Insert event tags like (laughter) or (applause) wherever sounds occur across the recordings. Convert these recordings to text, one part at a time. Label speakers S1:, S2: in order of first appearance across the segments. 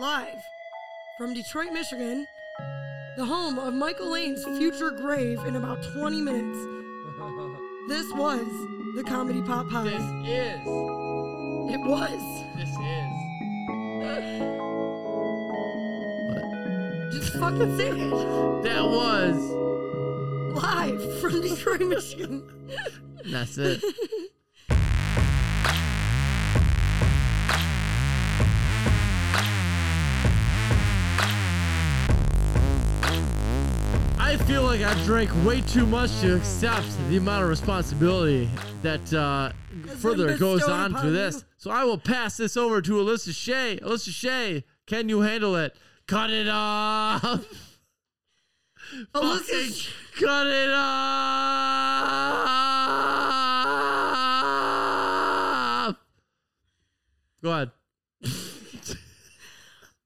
S1: live from Detroit, Michigan, the home of Michael Lane's future grave in about 20
S2: (laughs)
S1: minutes. This was the Comedy Pop
S2: This
S1: Pie.
S2: is.
S1: It was.
S2: This is. (sighs)
S1: Just fucking say it.
S2: That was.
S1: Live from Detroit,
S2: (laughs)
S1: Michigan. (laughs)
S2: That's it. I feel like I drank way too much to accept the amount of responsibility that uh,
S1: been
S2: further goes
S1: bestowed
S2: on
S1: upon
S2: to this.
S1: you.
S2: So I will pass this over to Alyssa Shea. Alyssa Shea, can you handle it? Cut it off. (laughs)
S1: Oh,
S2: Fucking
S1: Alyssa,
S2: cut it off. Go ahead.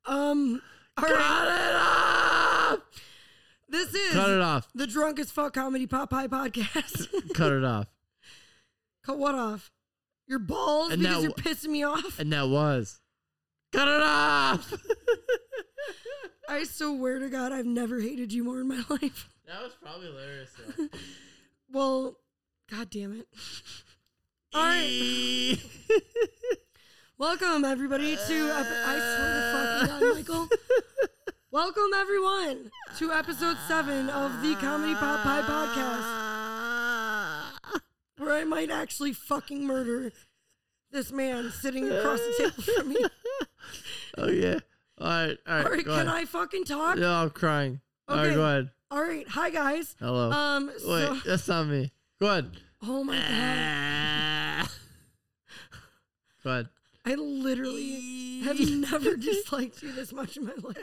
S1: um, all right.
S2: Cut it off.
S1: This is
S2: Cut it off.
S1: the Drunkest Fuck Comedy Pop Pie
S2: (laughs)
S1: podcast.
S2: Cut it off.
S1: Cut what off? Your balls
S2: And
S1: because
S2: now-
S1: you're pissing me off.
S2: And that was. Cut
S1: (laughs)
S2: it off.
S1: I swear to God, I've never hated you more in my (laughs) life.
S2: That was probably hilarious. (laughs)
S1: Well, God damn it. All right.
S2: Alright.
S1: Welcome, everybody, to. Ep- I swear to fucking God, Michael.
S2: (laughs)
S1: Welcome, everyone, to episode seven (laughs) of the Comedy Pop Pie podcast, where I might actually fucking murder this man sitting across the table
S2: (laughs)
S1: from me.
S2: Oh yeah. Alright, alright.
S1: All right,
S2: go
S1: can
S2: ahead.
S1: I fucking talk?
S2: No, I'm crying. Alright,
S1: Okay.
S2: go ahead.
S1: All right. Hi, guys.
S2: Hello.
S1: Um,
S2: Oh, Wait,
S1: so,
S2: that's not me. Go ahead.
S1: oh my God.
S2: Go ahead.
S1: I literally
S2: (laughs)
S1: have never disliked you this much in my life.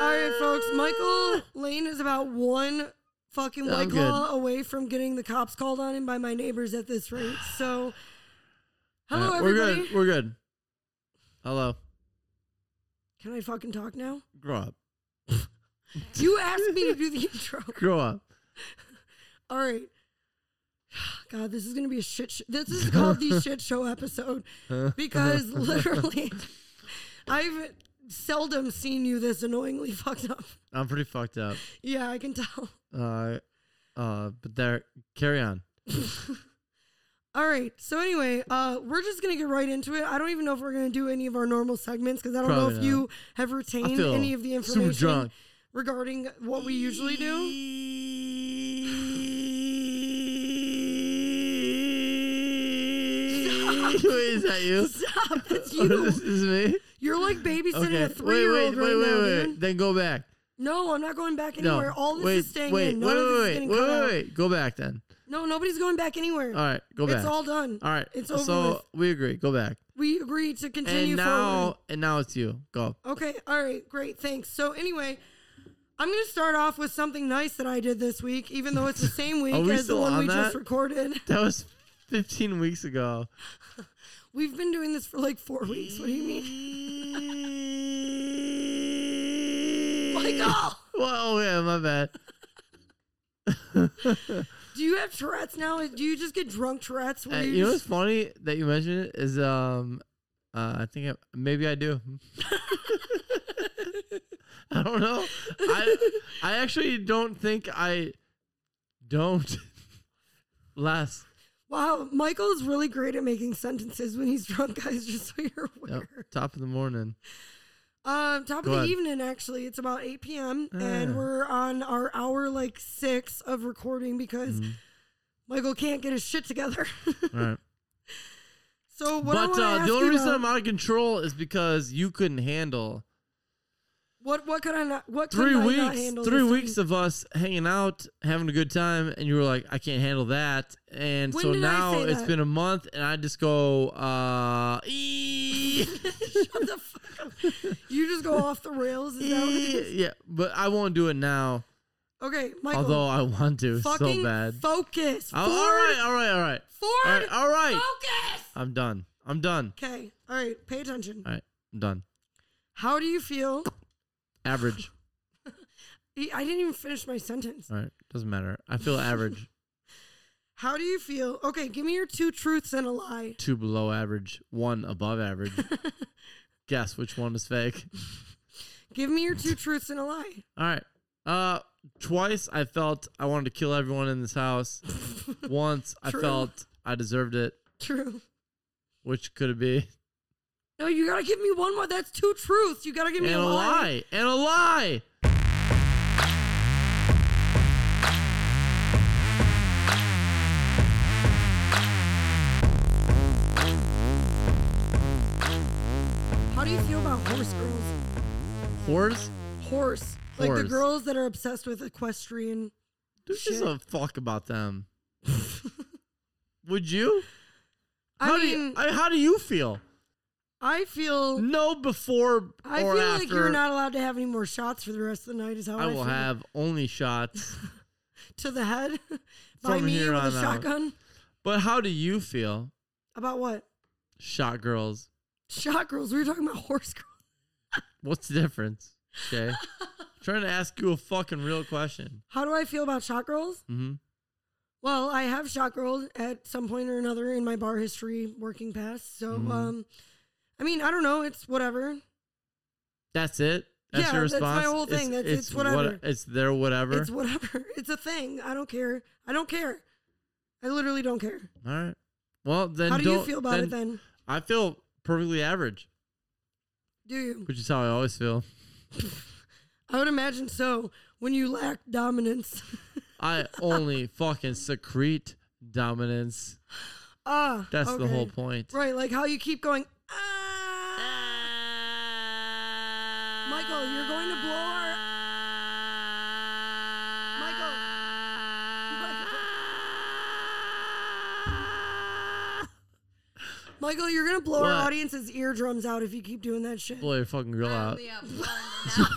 S1: All right, folks. Michael Lane is about one fucking
S2: I'm
S1: white claw away from getting the cops called on him by my neighbors at this rate. So, hello,
S2: Uh, we're
S1: everybody.
S2: good. We're good. Hello.
S1: Can I fucking talk now?
S2: Grow up.
S1: You asked me to do the (laughs) intro.
S2: Grow up.
S1: All right. (sighs) God, this is gonna be a shit. Sh- this is called
S2: (laughs)
S1: the shit show episode because literally, I've seldom seen you this annoyingly fucked up.
S2: I'm pretty fucked up.
S1: Yeah, I can tell.
S2: Uh, uh, but there. Carry on.
S1: All right. So anyway, uh, we're just gonna get right into it. I don't even know if we're gonna do any of our normal segments because I don't know if
S2: Probably
S1: you have retained
S2: feel
S1: any of the
S2: super
S1: information
S2: drunk.
S1: regarding what we usually do.
S2: (laughs) Wait, is that you?
S1: Stop! (laughs) It's
S2: Oh,
S1: you.
S2: (laughs) this is me.
S1: You're like babysitting
S2: Okay.
S1: a
S2: Wait, wait,
S1: three-year-old
S2: wait,
S1: right
S2: wait,
S1: now,
S2: wait.
S1: dude.
S2: Then go back.
S1: No, I'm not going back
S2: No.
S1: anywhere. All this
S2: wait,
S1: is staying
S2: wait,
S1: in.
S2: Wait,
S1: None of this is
S2: wait,
S1: getting
S2: wait,
S1: cut
S2: wait,
S1: out.
S2: wait. Go back then.
S1: No, nobody's going back anywhere.
S2: All right, go back.
S1: It's all done.
S2: all right.
S1: It's over.
S2: So
S1: with.
S2: we agree. Go back.
S1: We agreed to continue
S2: and now,
S1: forward.
S2: and now it's you. Go.
S1: Okay, all right, great, thanks. So anyway, I'm gonna start off with something nice that I did this week, even though it's the
S2: (laughs)
S1: same week
S2: we
S1: as the
S2: still
S1: one
S2: on
S1: we just
S2: that?
S1: recorded.
S2: That was 15 weeks ago.
S1: We've been doing this for like four weeks. What do you mean? (laughs) Michael,
S2: Well, oh yeah, my
S1: (laughs)
S2: bad.
S1: do you have Tourette's now? Do you just get drunk Tourette's?
S2: Uh,
S1: Where
S2: you know what's funny that you mentioned it is um, uh, I think I, maybe I do. (laughs) I don't know. I I actually don't think I don't (laughs) less.
S1: wow, Michael is really great at making sentences when he's (laughs) drunk, guys. Just so you're
S2: Yep,
S1: aware.
S2: top of the morning.
S1: Um, top
S2: Go
S1: of the
S2: ahead.
S1: evening, actually. It's about 8 p.m.
S2: Ah.
S1: and we're on our hour like six of recording because
S2: Mm-hmm.
S1: Michael can't get his shit together. (laughs)
S2: All right.
S1: so what I
S2: but
S1: want to
S2: uh,
S1: ask
S2: the only
S1: you
S2: reason
S1: about-
S2: I'm out of control is because you couldn't handle
S1: what what could I not what could
S2: three
S1: I not
S2: weeks,
S1: handle
S2: three
S1: this
S2: weeks
S1: week?
S2: of us hanging out, having a good time, and you were like, I can't handle that. And
S1: When
S2: so
S1: did I
S2: now
S1: say
S2: it's
S1: that?
S2: been a month, and I just go, uh,
S1: (laughs)
S2: ee-
S1: (laughs) Shut the fuck up. You just go off the rails. Is that what it is?
S2: (laughs) yeah, but I won't do it now,
S1: Okay, Michael.
S2: although I want to
S1: fucking
S2: so bad.
S1: focus.
S2: Oh,
S1: Ford,
S2: all right, all right, all right, all
S1: Ford,
S2: right, all right.
S1: focus.
S2: I'm done. I'm done.
S1: Okay, all right. Pay attention.
S2: All right, I'm done.
S1: How do you feel? (laughs) E,
S2: Average.
S1: I didn't even finish my sentence. (laughs)
S2: All right, doesn't matter. I feel average.
S1: How do you feel? Okay, give me your two truths and a lie.
S2: Two below average, one
S1: (laughs)
S2: above average. Guess which one is fake.
S1: Give me your two truths and a lie.
S2: All right. Uh, twice I felt I wanted to kill everyone in
S1: (laughs)
S2: this house. Once I
S1: True.
S2: felt I deserved it.
S1: True.
S2: Which could it be?
S1: No, you gotta give me one more. That's two truths. You gotta give me
S2: And
S1: a
S2: a
S1: lie.
S2: lie. And a lie.
S1: How do you feel about horse girls?
S2: Whores?
S1: Horse. Like the
S2: Whores.
S1: girls that are obsessed with equestrian.
S2: Dude, gives
S1: Shit.
S2: a fuck about
S1: (laughs)
S2: them. Would you?
S1: I
S2: how do you,
S1: mean,
S2: I, how do you feel?
S1: I feel.
S2: No before
S1: I
S2: or
S1: feel
S2: after.
S1: like you're not allowed to have any more shots for the rest of the night. Is how I,
S2: I will
S1: feel.
S2: have only shots.
S1: to the head (laughs) by
S2: From
S1: me
S2: here
S1: with a
S2: on uh, out.
S1: shotgun.
S2: But how do you feel?
S1: About what?
S2: Shot girls.
S1: Shot girls. We were talking about (laughs) horse girls.
S2: What's the difference? Okay.
S1: (laughs)
S2: trying to ask you a fucking real question.
S1: How do I feel about shot girls?
S2: hmm
S1: Well, I have shot girls at some point or another in my bar history working past. So,
S2: Mm-hmm.
S1: um, I mean, I don't know. It's whatever.
S2: That's it. That's
S1: Yeah,
S2: your
S1: that's my
S2: response.
S1: whole thing. That's- it's whatever.
S2: it's their whatever.
S1: It's whatever. (laughs) It's a thing. I don't care. I don't care. I literally don't care.
S2: All right. Well, then
S1: How do you
S2: don't-
S1: feel about it then?
S2: I feel perfectly average,
S1: Do you?
S2: which is how I always feel.
S1: I would imagine so when you lack dominance. (laughs)
S2: I only fucking secrete dominance.
S1: ah,
S2: That's the
S1: okay.
S2: whole point.
S1: Right, like how you keep going. "Ah." Michael, you're going to blow our. Michael. Michael. Michael, you're gonna blow
S2: What?
S1: our audicen's eardrums out if you keep doing that shit.
S2: Blow your fucking grill out.
S3: Probably up one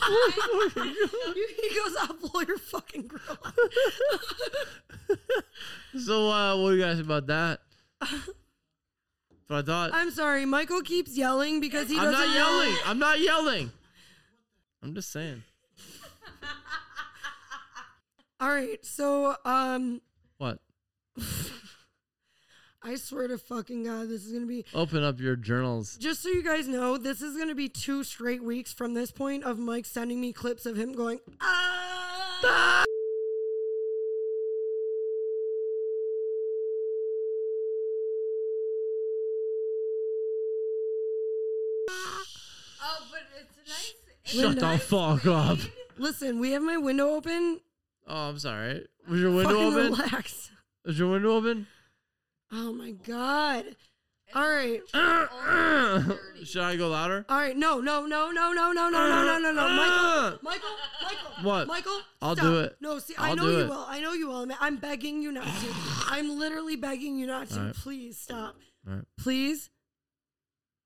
S3: now.
S1: (laughs) he goes, "I'll blow your fucking grill." out."
S2: So, uh, what do you guys think
S1: (laughs)
S2: about that? But I thought
S1: I'm sorry, Michael keeps yelling because he
S2: I'm
S1: doesn't.
S2: not
S1: know-
S2: yelling. I'm not yelling. I'm just saying.
S1: All right, so um,
S2: What?
S1: I swear to fucking god, this is gonna be.
S2: Open up your journals.
S1: Just so you guys know, this is gonna be two straight weeks from this point of Mike sending me clips of him going. Ah!
S3: oh, but it's a nice. it's a
S2: Shut the
S3: nice
S2: fuck
S3: read.
S2: up.
S1: Listen, we have my window open.
S2: Oh, I'm sorry. Was your window
S1: fucking
S2: open?
S1: relax.
S2: Is your window open?
S1: Oh my god. All right.
S2: Uh, Should I go louder?
S1: All right. No, no, no, no, no, no, no, Oh, no, no, no, no. Michael,
S2: Uh.
S1: Michael, Michael.
S2: What?
S1: Michael,
S2: I'll
S1: stop.
S2: do it.
S1: No, see, i
S2: I'll
S1: know
S2: do
S1: you
S2: it.
S1: will. I know you will. I'm- I'm begging you not
S2: (sighs)
S1: to. I'm literally begging you not to.
S2: All right.
S1: Please stop.
S2: All right.
S1: Please.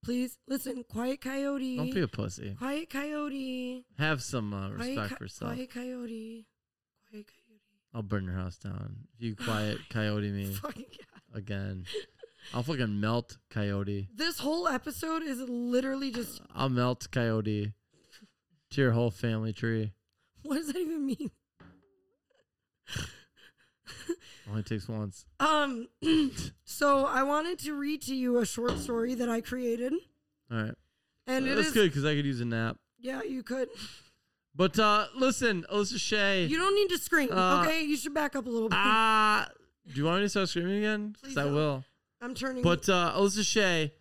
S1: Please listen. Quiet coyote.
S2: Don't be a (laughs) pussy.
S1: Quiet coyote.
S2: Have some uh,
S1: Quiet,
S2: respect for
S1: co-
S2: yourself.
S1: quiet coyote. Quiet coyote. (laughs)
S2: I'll burn your house down. If you quiet
S1: (sighs)
S2: coyote me
S1: Fucking god.
S2: again, I'll fucking melt coyote.
S1: This whole episode is literally
S2: (sighs)
S1: just.
S2: I'll melt coyote to your whole family tree.
S1: What does that even mean?
S2: Only takes once.
S1: Um, (clears throat) so I wanted to read to you a short story that I created,
S2: All right.
S1: and it
S2: That's
S1: is
S2: good because I could use a nap.
S1: yeah, you could.
S2: But uh, listen, Alyssa Shea.
S1: You don't need to scream,
S2: Uh,
S1: okay? You should back up a little bit.
S2: ah, do you want me to start screaming again?
S1: (laughs)
S2: Because
S1: Please
S2: I
S1: don't.
S2: will.
S1: I'm turning.
S2: But uh, Alyssa Shea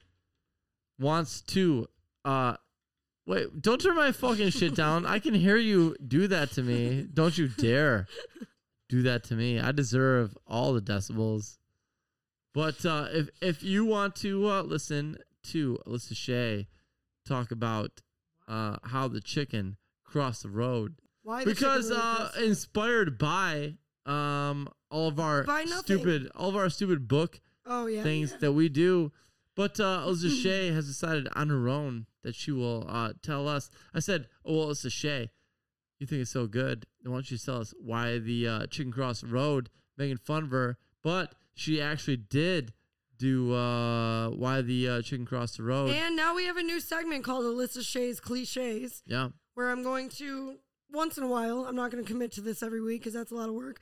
S2: wants to. Uh, wait, don't turn my fucking shit down. I can hear you do that to me. Don't you dare do that to me. I deserve all the decibels. But uh, if if you want to uh, listen to Alyssa Shea talk about uh, how the chicken crossed the road,
S1: why the
S2: because
S1: chicken really
S2: uh,
S1: gross?
S2: inspired by um all of our
S1: By nothing.
S2: stupid all of our stupid book
S1: oh yeah,
S2: things that we do. But uh,
S1: (laughs)
S2: Elsa Shea has decided on her own that she will uh, tell us. I said, "Oh, well, Elsa Shea, you think it's so good. Then why don't you tell us why the uh, Chicken Cross Road making fun of her?" But she actually did do uh, why the uh, Chicken Cross the Road.
S1: and now we have a new segment called Alyssa Shay's cliches,
S2: yeah, Mm-hmm.
S1: where I'm going to once in a while. I'm not going to commit to this every week because that's a lot of work.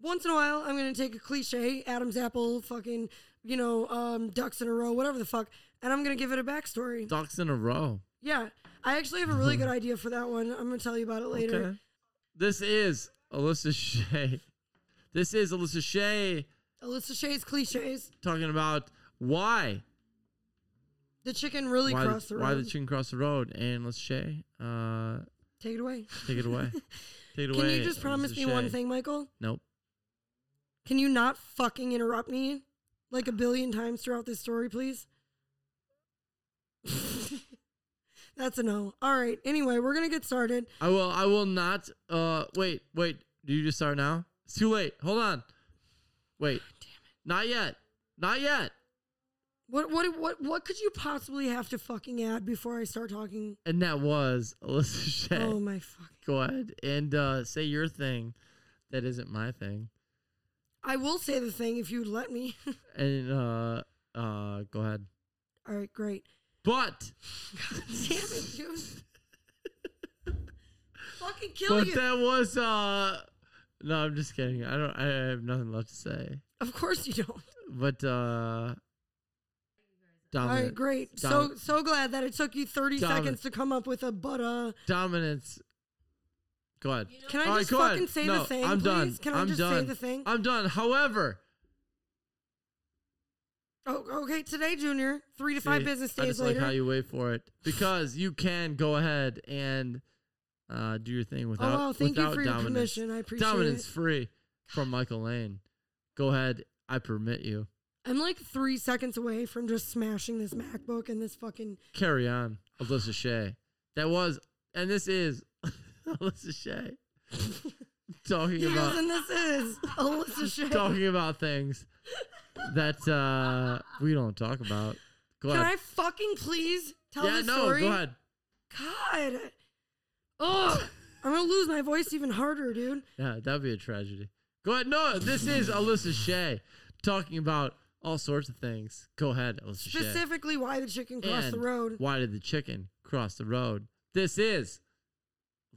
S1: once in a while, I'm gonna take a cliche, Adam's apple, fucking, you know, um, ducks in a row, whatever the fuck, and I'm gonna give it a backstory.
S2: Ducks in a row.
S1: Yeah, I actually have a really
S2: (laughs)
S1: good idea for that one. I'm gonna tell you about it later.
S2: Okay. This is Alyssa Shea. This is Alyssa Shea
S1: Alyssa Shay's cliches.
S2: talking about why
S1: The chicken really
S2: why,
S1: crossed the
S2: why
S1: road.
S2: the chicken crossed the road. And Alyssa Shea, uh,
S1: take it away.
S2: take
S1: (laughs)
S2: it away. take it
S1: Can
S2: away.
S1: you just promise me
S2: Alyssa
S1: one
S2: Shea.
S1: thing, Michael?
S2: Nope.
S1: Can you not fucking interrupt me like a billion times throughout this story, please? (laughs) That's a no. All right. Anyway, we're gonna get started.
S2: I will. I will not. Uh, wait, wait. Do you just start now? It's too late. Hold on. Wait. Not yet. Not yet.
S1: What what what what could you possibly have to fucking add before I start talking?
S2: And that was (laughs) Alyssa Shea.
S1: Oh my fuck.
S2: Go ahead and uh, say your thing. That isn't my thing.
S1: I will say the thing if you'd let me. (laughs)
S2: And uh, uh, go ahead.
S1: All right, great.
S2: But
S1: Damn it, dude. fucking kill
S2: but
S1: you.
S2: that was uh. No, I'm just kidding. I don't. I have nothing left to say.
S1: of course you don't.
S2: But uh.
S1: All right,
S2: Dominant,
S1: great. So
S2: Dominant.
S1: so glad that it took you 30
S2: Dominant.
S1: seconds to come up with a but uh
S2: dominance. Go ahead.
S1: Can I
S2: All right,
S1: just
S2: go
S1: fucking
S2: ahead.
S1: say
S2: No,
S1: the thing,
S2: I'm
S1: please?
S2: done.
S1: Can I
S2: I'm
S1: just
S2: done.
S1: say the thing?
S2: I'm done. However,
S1: oh, okay, today, Junior, three to five
S2: see,
S1: business
S2: I
S1: days
S2: just
S1: later.
S2: like how you wait for it because you can go ahead and uh, do your thing
S1: oh,
S2: without.
S1: wow, thank you
S2: without
S1: for your
S2: dominance.
S1: permission. I appreciate
S2: Dominance
S1: it.
S2: free from Michael Lane. Go ahead. I permit you.
S1: I'm like three seconds away from just smashing this MacBook and this fucking.
S2: Carry on, Alyssa Shea. That was, and this is (laughs)
S1: (laughs)
S2: Alyssa Shea talking
S1: Here's
S2: about
S1: and this is
S2: (laughs)
S1: Alyssa (laughs) Shea.
S2: talking about things that uh, we don't talk about. Go
S1: Can
S2: ahead.
S1: I fucking please tell
S2: yeah,
S1: the
S2: no,
S1: story?
S2: go ahead.
S1: God. Oh, I'm gonna lose my voice even harder, dude.
S2: Yeah, that'd be a tragedy. Go ahead. No, this is Alyssa Shea talking about all sorts of things. Go ahead, Alyssa Shea.
S1: Specifically, why the chicken crossed the
S2: And
S1: road.
S2: Why did the chicken cross the road? This is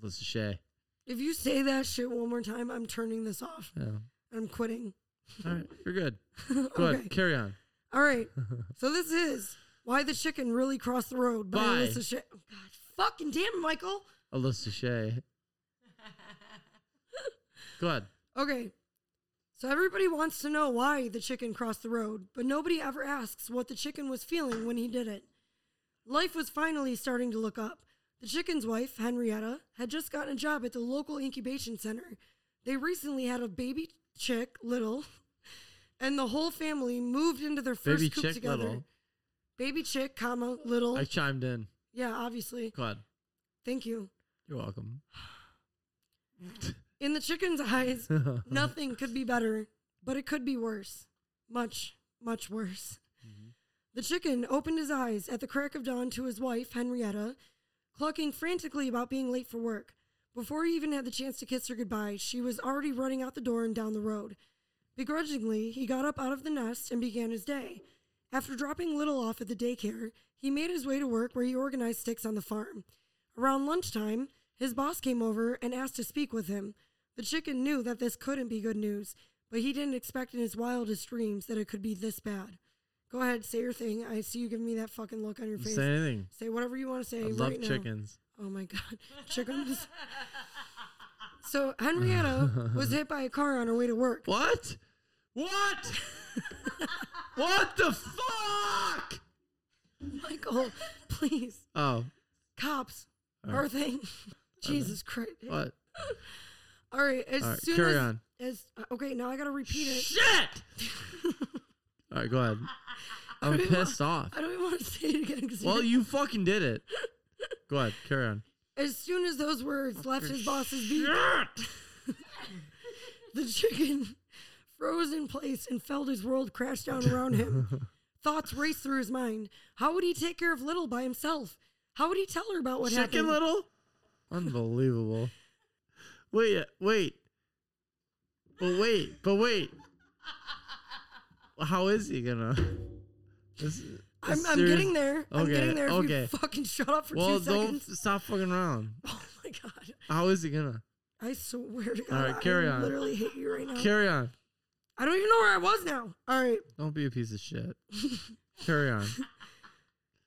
S2: Alyssa Shea.
S1: If you say that shit one more time, I'm turning this off.
S2: Yeah.
S1: I'm quitting. (laughs)
S2: All right, you're good. Go
S1: okay.
S2: ahead, carry on.
S1: All right. So this is Why the Chicken Really Crossed the Road by
S2: Bye.
S1: Alyssa Shea. Oh, God, fucking damn, Michael. (laughs)
S2: Alyssa Shea. Go ahead.
S1: Okay. So everybody wants to know why the chicken crossed the road, but nobody ever asks what the chicken was feeling when he did it. Life was finally starting to look up. The chicken's wife, Henrietta, had just gotten a job at the local incubation center. They recently had a baby chick, Little, (laughs) and the whole family moved into their first
S2: Baby
S1: coop
S2: chick
S1: together.
S2: little.
S1: Baby chick, comma, Little.
S2: I chimed in.
S1: yeah, obviously.
S2: Go ahead.
S1: Thank you.
S2: You're welcome.
S1: In the chicken's (laughs) eyes, nothing could be better, but it could be worse. Much, much worse. The chicken opened his eyes at the crack of dawn to his wife, Henrietta, clucking frantically about being late for work. Before he even had the chance to kiss her goodbye, she was already running out the door and down the road. Begrudgingly, he got up out of the nest and began his day. After dropping Little off at the daycare, he made his way to work where he organized sticks on the farm. Around lunchtime, his boss came over and asked to speak with him. The chicken knew that this couldn't be good news, but he didn't expect in his wildest dreams that it could be this bad. Go ahead, say your thing. I see you giving me that fucking look on your face.
S2: Say anything.
S1: Say whatever you want to say
S2: I
S1: right
S2: love
S1: now.
S2: chickens.
S1: Oh my god, (laughs) chickens. so
S2: (laughs)
S1: Henrietta was hit by a car on her way to work.
S2: What? What? (laughs) what the fuck?
S1: Michael, please,
S2: Oh,
S1: cops, our thing. (laughs) Jesus Christ.
S2: what?
S1: All right, as
S2: All right,
S1: soon
S2: carry
S1: as,
S2: on.
S1: as uh, okay, now I gotta repeat it. (laughs)
S2: Shit! All right, go ahead. I'm
S1: don't even
S2: pissed off.
S1: (laughs) I don't even want to say it again. 'cause
S2: Well,
S1: you're-
S2: you fucking did it. Go ahead, carry on.
S1: as soon as those words left his boss's beak,
S2: Shit!
S1: The chicken (laughs) froze in place and felt his world crash down around
S2: (laughs)
S1: him. Thoughts raced through his mind. How would he take care of Little by himself? How would he tell her about what
S2: Chicken
S1: happened?
S2: Little? Unbelievable. wait, uh, wait. But wait, but wait. How is he gonna? This,
S1: I'm,
S2: this
S1: I'm
S2: serious-
S1: getting there. I'm
S2: Okay,
S1: getting there. If
S2: okay.
S1: you fucking shut up for
S2: Well,
S1: two
S2: don't
S1: seconds. (laughs)
S2: stop fucking around.
S1: Oh my god.
S2: How is he gonna?
S1: I swear to God.
S2: All right, carry
S1: I
S2: on.
S1: literally hate you right now.
S2: Carry on.
S1: I don't even know where I was now. All right.
S2: Don't be a piece
S1: (laughs)
S2: of shit. Carry on.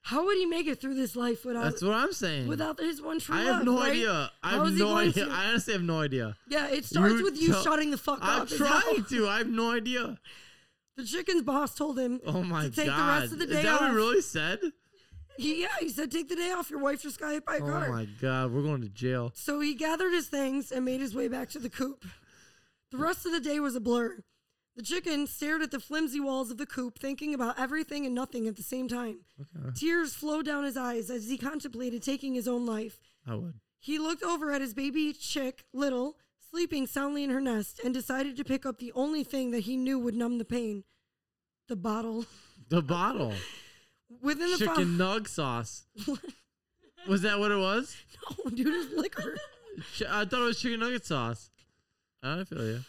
S1: How would he make it through this life without
S2: That's what I'm saying.
S1: without his one true
S2: I have
S1: love,
S2: no
S1: right?
S2: idea. I
S1: How
S2: have
S1: is he
S2: no
S1: going
S2: idea.
S1: to-
S2: I honestly have no idea.
S1: Yeah, it starts
S2: You
S1: with you
S2: tell-
S1: shutting the fuck
S2: I'm
S1: up. is how-
S2: trying to. I have no idea.
S1: (laughs) The chicken's boss told him
S2: Oh my
S1: to take
S2: god!
S1: the rest of the day
S2: Is that
S1: off.
S2: what he really said?
S1: He- yeah, he said take the day off. Your wife just got hit by a
S2: Oh
S1: car.
S2: my god! We're going to jail.
S1: So he gathered his things and made his way back to the coop. The rest of the day was a blur. The chicken stared at the flimsy walls of the coop, thinking about everything and nothing at the same time. Tears flowed down his eyes as he contemplated taking his own life.
S2: I would.
S1: He looked over at his baby chick, Little, sleeping soundly in her nest, and decided to pick up the only thing that he knew would numb the pain the bottle.
S2: The bottle.
S1: Within (laughs) the
S2: Chicken
S1: fo-
S2: nug
S1: (laughs)
S2: sauce. was that what it was?
S1: No, dude, it's liquor.
S2: Ch- I thought it was chicken nugget sauce. I don't feel you.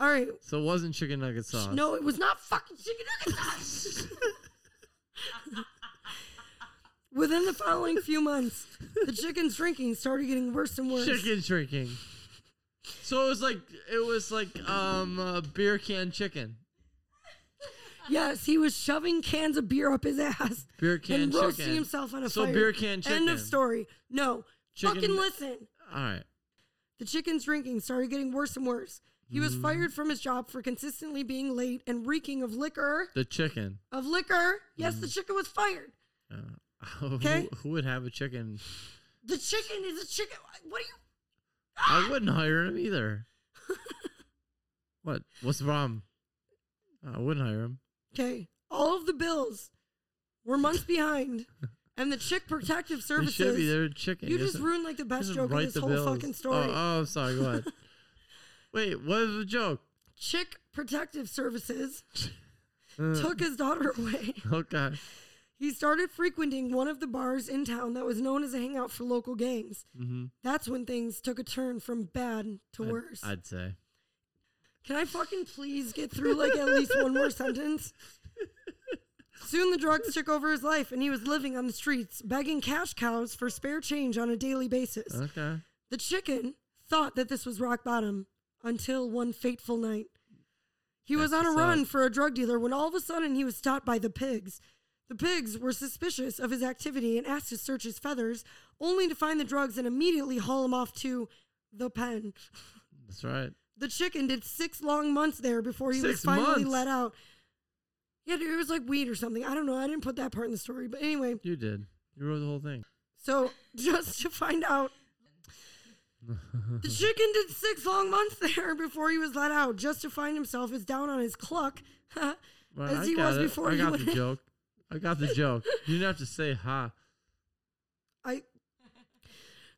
S1: All right.
S2: So it wasn't chicken nugget sauce.
S1: No, it was not fucking chicken nuggets. (laughs) Within the following few months, the chicken's drinking started getting worse and worse.
S2: Chicken shrinking. So it was like it was like um uh, beer can chicken.
S1: Yes, he was shoving cans of beer up his ass
S2: Beer can
S1: and roasting
S2: chicken.
S1: himself on a
S2: So
S1: fire.
S2: beer can
S1: End of
S2: chicken.
S1: story. No,
S2: Chicken-
S1: fucking listen.
S2: All right.
S1: The chicken's drinking started getting worse and worse. He
S2: Mm-hmm.
S1: was fired from his job for consistently being late and reeking of liquor.
S2: The chicken.
S1: Of liquor. Yes,
S2: Mm-hmm.
S1: the chicken was fired.
S2: Uh, (laughs) who-
S1: Okay.
S2: who, would have a chicken?
S1: The chicken is a chicken. What are you?
S2: I wouldn't hire him
S1: (laughs)
S2: either. what? What's wrong? I wouldn't hire him.
S1: Okay. All of the bills were months behind, and the chick protective
S2: He
S1: services.
S2: should be there. Chicken.
S1: You
S2: He
S1: just
S2: doesn't-
S1: ruined like the best
S2: doesn't
S1: joke of
S2: write
S1: this
S2: the
S1: whole
S2: bills.
S1: fucking story.
S2: Oh, oh, I'm sorry. Go
S1: (laughs)
S2: ahead. Wait, what was the joke?
S1: Chick protective services took his daughter (laughs) away.
S2: (laughs) Okay.
S1: He started frequenting one of the bars in town that was known as a hangout for local gangs. That's when things took a turn from bad to
S2: Mm-hmm. I'd-
S1: worse.
S2: I'd say.
S1: Can I fucking please get through like at least one more sentence? Soon the drugs took over his life and he was living on the streets, begging cash cows for spare change on a daily basis.
S2: Okay.
S1: The chicken thought that this was rock bottom until one fateful night. He was
S2: That's
S1: on a
S2: what's
S1: run
S2: up.
S1: for a drug dealer when all of a sudden he was stopped by the pigs. The pigs were suspicious of his activity and asked to search his feathers, only to find the drugs and immediately haul him off to the pen.
S2: That's right.
S1: The chicken did six long months there before he was
S2: Six
S1: finally
S2: months?
S1: let out. Yeah, dude, it was like weed or something. I don't know. I didn't put that part in the story. But anyway,
S2: You did. You wrote the whole thing.
S1: so (laughs) just to find out, the
S2: (laughs)
S1: chicken did six long months (laughs) there before he was let out, just to find himself as down on his cluck (laughs)
S2: Well,
S1: as
S2: I
S1: he
S2: got
S1: was
S2: it.
S1: before
S2: I
S1: he
S2: got
S1: went
S2: the joke. I got the joke. You didn't have to say ha. (laughs)
S1: I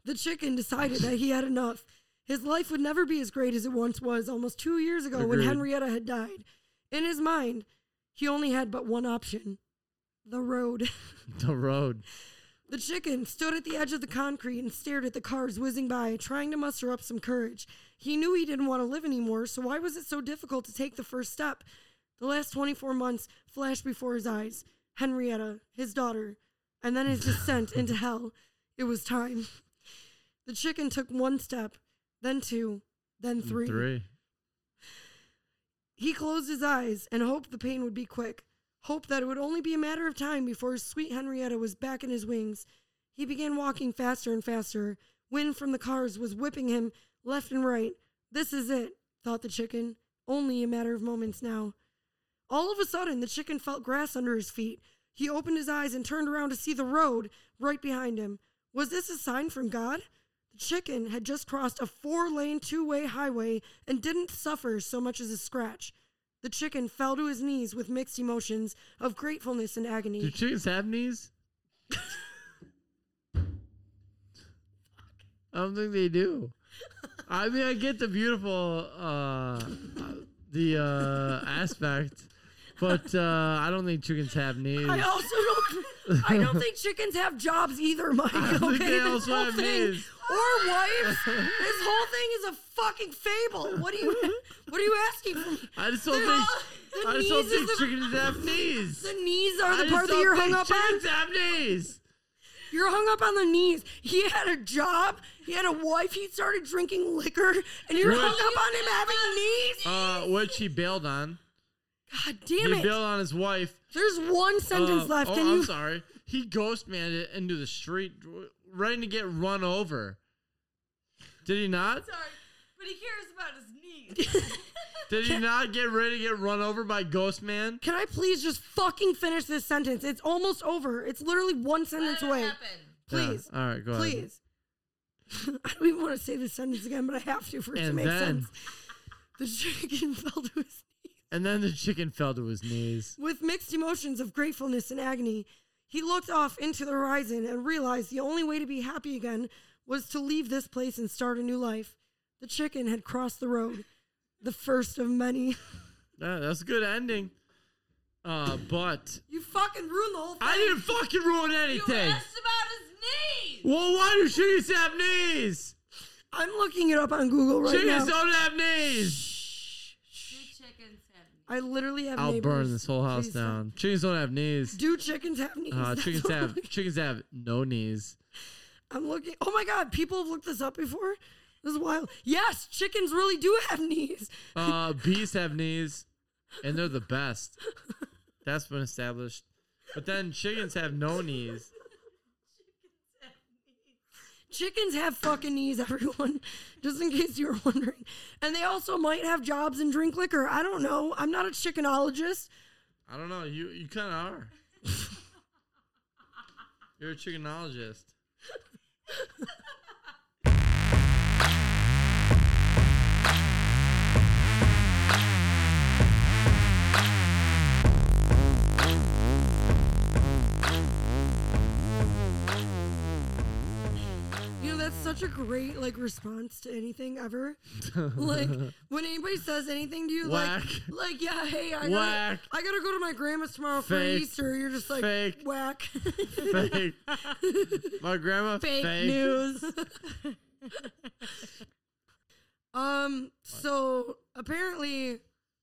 S1: the chicken decided that he had enough. His life would never be as great as it once was almost two years ago when
S2: Agreed.
S1: Henrietta had died. In his mind, he only had but one option the road. (laughs)
S2: The road.
S1: The chicken stood at the edge of the concrete and stared at the cars whizzing by, trying to muster up some courage. He knew he didn't want to live anymore, so why was it so difficult to take the first step? The last 24 months flashed before his eyes Henrietta, his daughter, and then his descent (laughs) into hell. It was time. The chicken took one step, then two, then
S2: and
S1: three.
S2: Three.
S1: He closed his eyes and hoped the pain would be quick, hoped that it would only be a matter of time before his sweet Henrietta was back in his wings. He began walking faster and faster. Wind from the cars was whipping him left and right. This is it, thought the chicken. Only a matter of moments now. All of a sudden, the chicken felt grass under his feet. He opened his eyes and turned around to see the road right behind him. Was this a sign from God? The chicken had just crossed a four lane, two way highway and didn't suffer so much as a scratch. The chicken fell to his knees with mixed emotions of gratefulness and agony.
S2: Do chickens have knees?
S1: (laughs)
S2: I don't think they do. I mean, I get the beautiful uh, the uh, aspect, but uh, I don't think chickens have knees.
S1: I also don't. I don't think chickens have jobs
S2: (laughs)
S1: either, Mike.
S2: I don't
S1: okay,
S2: think they
S1: this
S2: also
S1: whole
S2: have
S1: thing,
S2: knees.
S1: or wives. this whole thing is a fucking fable. What are you? What are you asking for? me?
S2: I just don't
S1: They're
S2: think.
S1: all- the
S2: I just don't
S1: knees is
S2: think
S1: the-
S2: chickens have knees.
S1: The knees are
S2: I
S1: the
S2: just
S1: part that
S2: don't
S1: you're hung
S2: think
S1: up on.
S2: chickens have knees.
S1: You're hung up on the knees. He had a job He had a wife. He started drinking liquor, and you're
S2: Which-
S1: hung up on him having knees.
S2: Uh, what she bailed on.
S1: God damn
S2: he
S1: it!
S2: bailed on his wife.
S1: There's one sentence
S2: Uh,
S1: left,
S2: Oh,
S1: and
S2: I'm
S1: you
S2: sorry. He ghost manned it into the street, w- ready to get run over. Did he not?
S3: Sorry, but he cares about his knees.
S2: Did he not get ready to get run over by Ghost Man?
S1: can I please just fucking finish this sentence? It's almost over. It's literally one
S3: Let
S1: sentence
S3: it
S1: away.
S3: happen.
S2: Yeah.
S1: Please,
S2: All right, go ahead.
S1: please. (laughs) I don't even want to say this sentence again, but I have to for it to
S2: And
S1: make sense.
S2: then-
S1: The chicken (laughs) fell to his knees.
S2: And then the chicken fell to his knees.
S1: With mixed emotions of gratefulness and agony, he looked off into the horizon and realized the only way to be happy again was to leave this place and start a new life. The chicken had crossed the road, the first of many. (laughs)
S2: Yeah, that's a good ending. Uh, but
S1: You fucking ruined the whole thing.
S2: I didn't fucking ruin
S3: You
S2: anything.
S3: asked about his knees.
S2: Well, why do chickens have knees?
S1: I'm looking it up on Google right
S2: chickens
S1: now.
S2: don't have knees.
S3: Do chickens have knees?
S1: I literally have.
S2: I'll
S1: neighbors.
S2: burn this whole house
S1: Please
S2: down. Chickens don't have knees.
S1: stop. Do chickens have knees?
S2: Uh,
S1: (laughs) That's
S2: chickens
S1: what
S2: have
S1: I'm looking-
S2: chickens have no knees.
S1: I'm looking. Oh my god, people have looked this up before. This is wild. Yes, chickens really do have knees. (laughs)
S2: Uh, bees have knees, and they're the best. That's been established. But then chickens have no knees.
S1: Chickens have fucking knees, everyone. (laughs) Just in case you were wondering. And they also might have jobs and drink liquor. I don't know. I'm not a chickenologist.
S2: I don't know. You you kind
S1: (laughs)
S2: of are. You're a chickenologist.
S1: You know, that's such a great like response to anything ever. (laughs) like when anybody says anything to you,
S2: Whack.
S1: like like yeah, hey, I
S2: Whack.
S1: gotta I gotta go to my grandma's tomorrow
S2: Fake.
S1: for Easter. You're just like
S2: Fake.
S1: whack. (laughs)
S2: Fake. (laughs) My grandma. Fake,
S1: fake,
S2: (laughs)
S1: news. um. So apparently,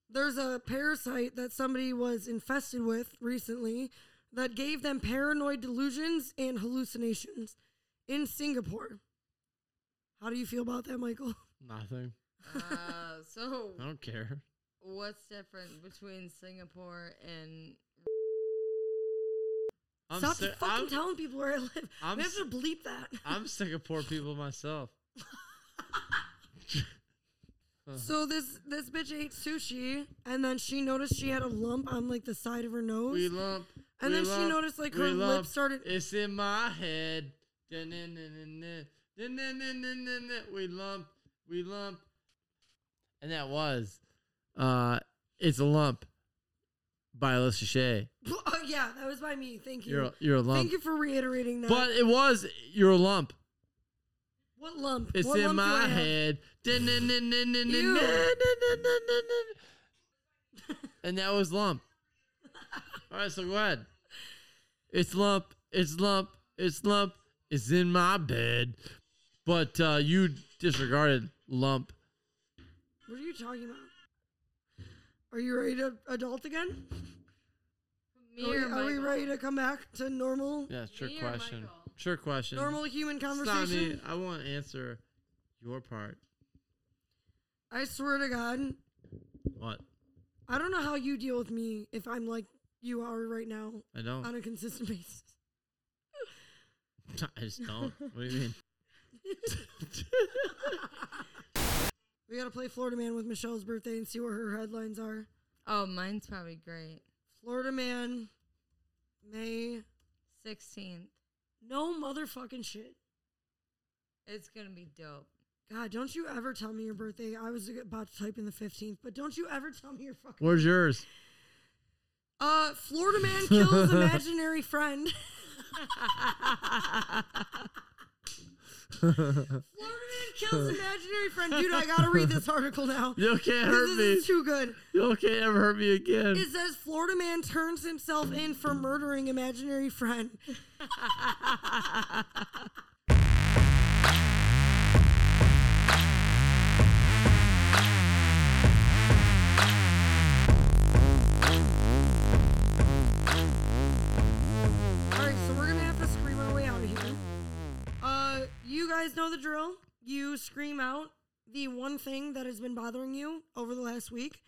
S1: there's a parasite that somebody was infested with recently that gave them paranoid delusions and hallucinations in Singapore. How do you feel about that, Michael?
S2: Nothing.
S3: Uh, so
S2: I don't care.
S3: what's different between Singapore and
S2: I'm
S1: Stop
S2: sick-
S1: fucking
S2: I'm,
S1: telling people where I live.
S2: I'm
S1: we have to
S2: s-
S1: bleep that.
S2: I'm sick of poor people myself.
S1: so this this bitch ate sushi, and then she noticed she had a lump on like the side of her nose.
S2: We lump.
S1: And
S2: we
S1: then she
S2: lump,
S1: noticed, like,
S2: we
S1: her lip
S2: lump.
S1: started-
S2: It's in my head. Da-na-na-na-na. Da-na-na-na-na-na. We lump. We lump. And that was, uh, it's a lump. By Alyssa Shea.
S1: (laughs) Oh, yeah, that was by me. Thank you.
S2: You're a, you're a lump.
S1: Thank you for reiterating that.
S2: But it was you're a lump.
S1: what lump?
S2: It's
S1: what
S2: in
S1: lump do I
S2: my
S1: have?
S2: head.
S1: Ew.
S2: And that was lump. All right, so go ahead. It's lump. It's lump. It's lump. It's in my bed, but uh, you disregarded lump.
S1: What are you talking about? Are you ready to adult again?
S3: me
S1: Are we,
S3: or
S1: are we
S3: Michael?
S1: ready to come back to normal,
S2: Yeah, sure
S3: Me or
S2: question.
S3: Michael?
S2: Sure question.
S1: normal human
S2: It's not
S1: conversation?
S2: me. I want to answer your part.
S1: I swear to God,
S2: What?
S1: I don't know how you deal with me if I'm like you are right now
S2: I don't.
S1: on a
S2: (laughs)
S1: consistent basis.
S2: I just don't. What do you mean?
S1: We gotta play Florida Man with Michelle's birthday and see what her headlines are.
S3: Oh, mine's probably great.
S1: Florida Man, May,
S3: Sixteenth.
S1: no motherfucking shit.
S3: It's gonna be dope.
S1: God, don't you ever tell me your birthday. I was about to type in the 15th, but don't you ever tell me your fucking.
S2: Where's yours?
S1: Uh, Florida man kills imaginary friend. (laughs) Florida man kills imaginary friend. Dude, I gotta read this article now.
S2: You
S1: (laughs)
S2: can't hurt
S1: This
S2: me.
S1: is too good.
S2: You can't ever hurt me again.
S1: It says Florida man turns himself in for murdering imaginary friend. All right, so we're gonna have to scream our way out of here. Uh, You guys know the drill. You scream out the one thing that has been bothering you over the last week.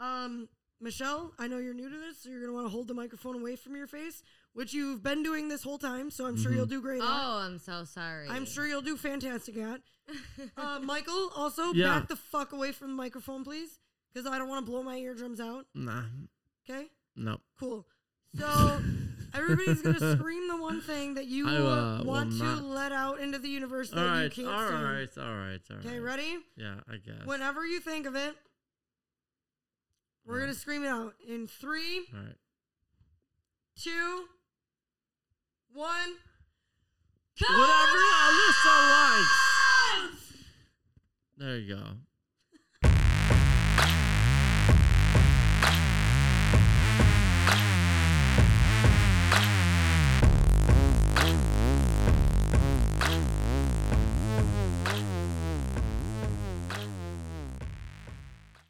S1: Um, Michelle, I know you're new to this, so you're gonna want to hold the microphone away from your face, which you've been doing this whole time. So I'm sure you'll do great. at.
S3: Oh, I'm so sorry.
S1: I'm
S3: (laughs)
S1: sure you'll do fantastic at. Uh, Michael, also
S2: Yeah.
S1: back the fuck away from the microphone, please, because I don't want to blow my eardrums out.
S2: Nah,
S1: Okay,
S2: no.
S1: cool. So
S2: (laughs)
S1: everybody's gonna scream the one thing that you
S2: I, uh, will
S1: want to
S2: not.
S1: let out into the universe that
S2: All
S1: you
S2: right, all
S1: can't
S2: right, all right, all right.
S1: Okay, ready?
S2: Yeah, I guess.
S1: Whenever you think of it, we're gonna scream it out in three,
S2: all right.
S1: two, one.
S2: Whatever Alyssa likes. There you go.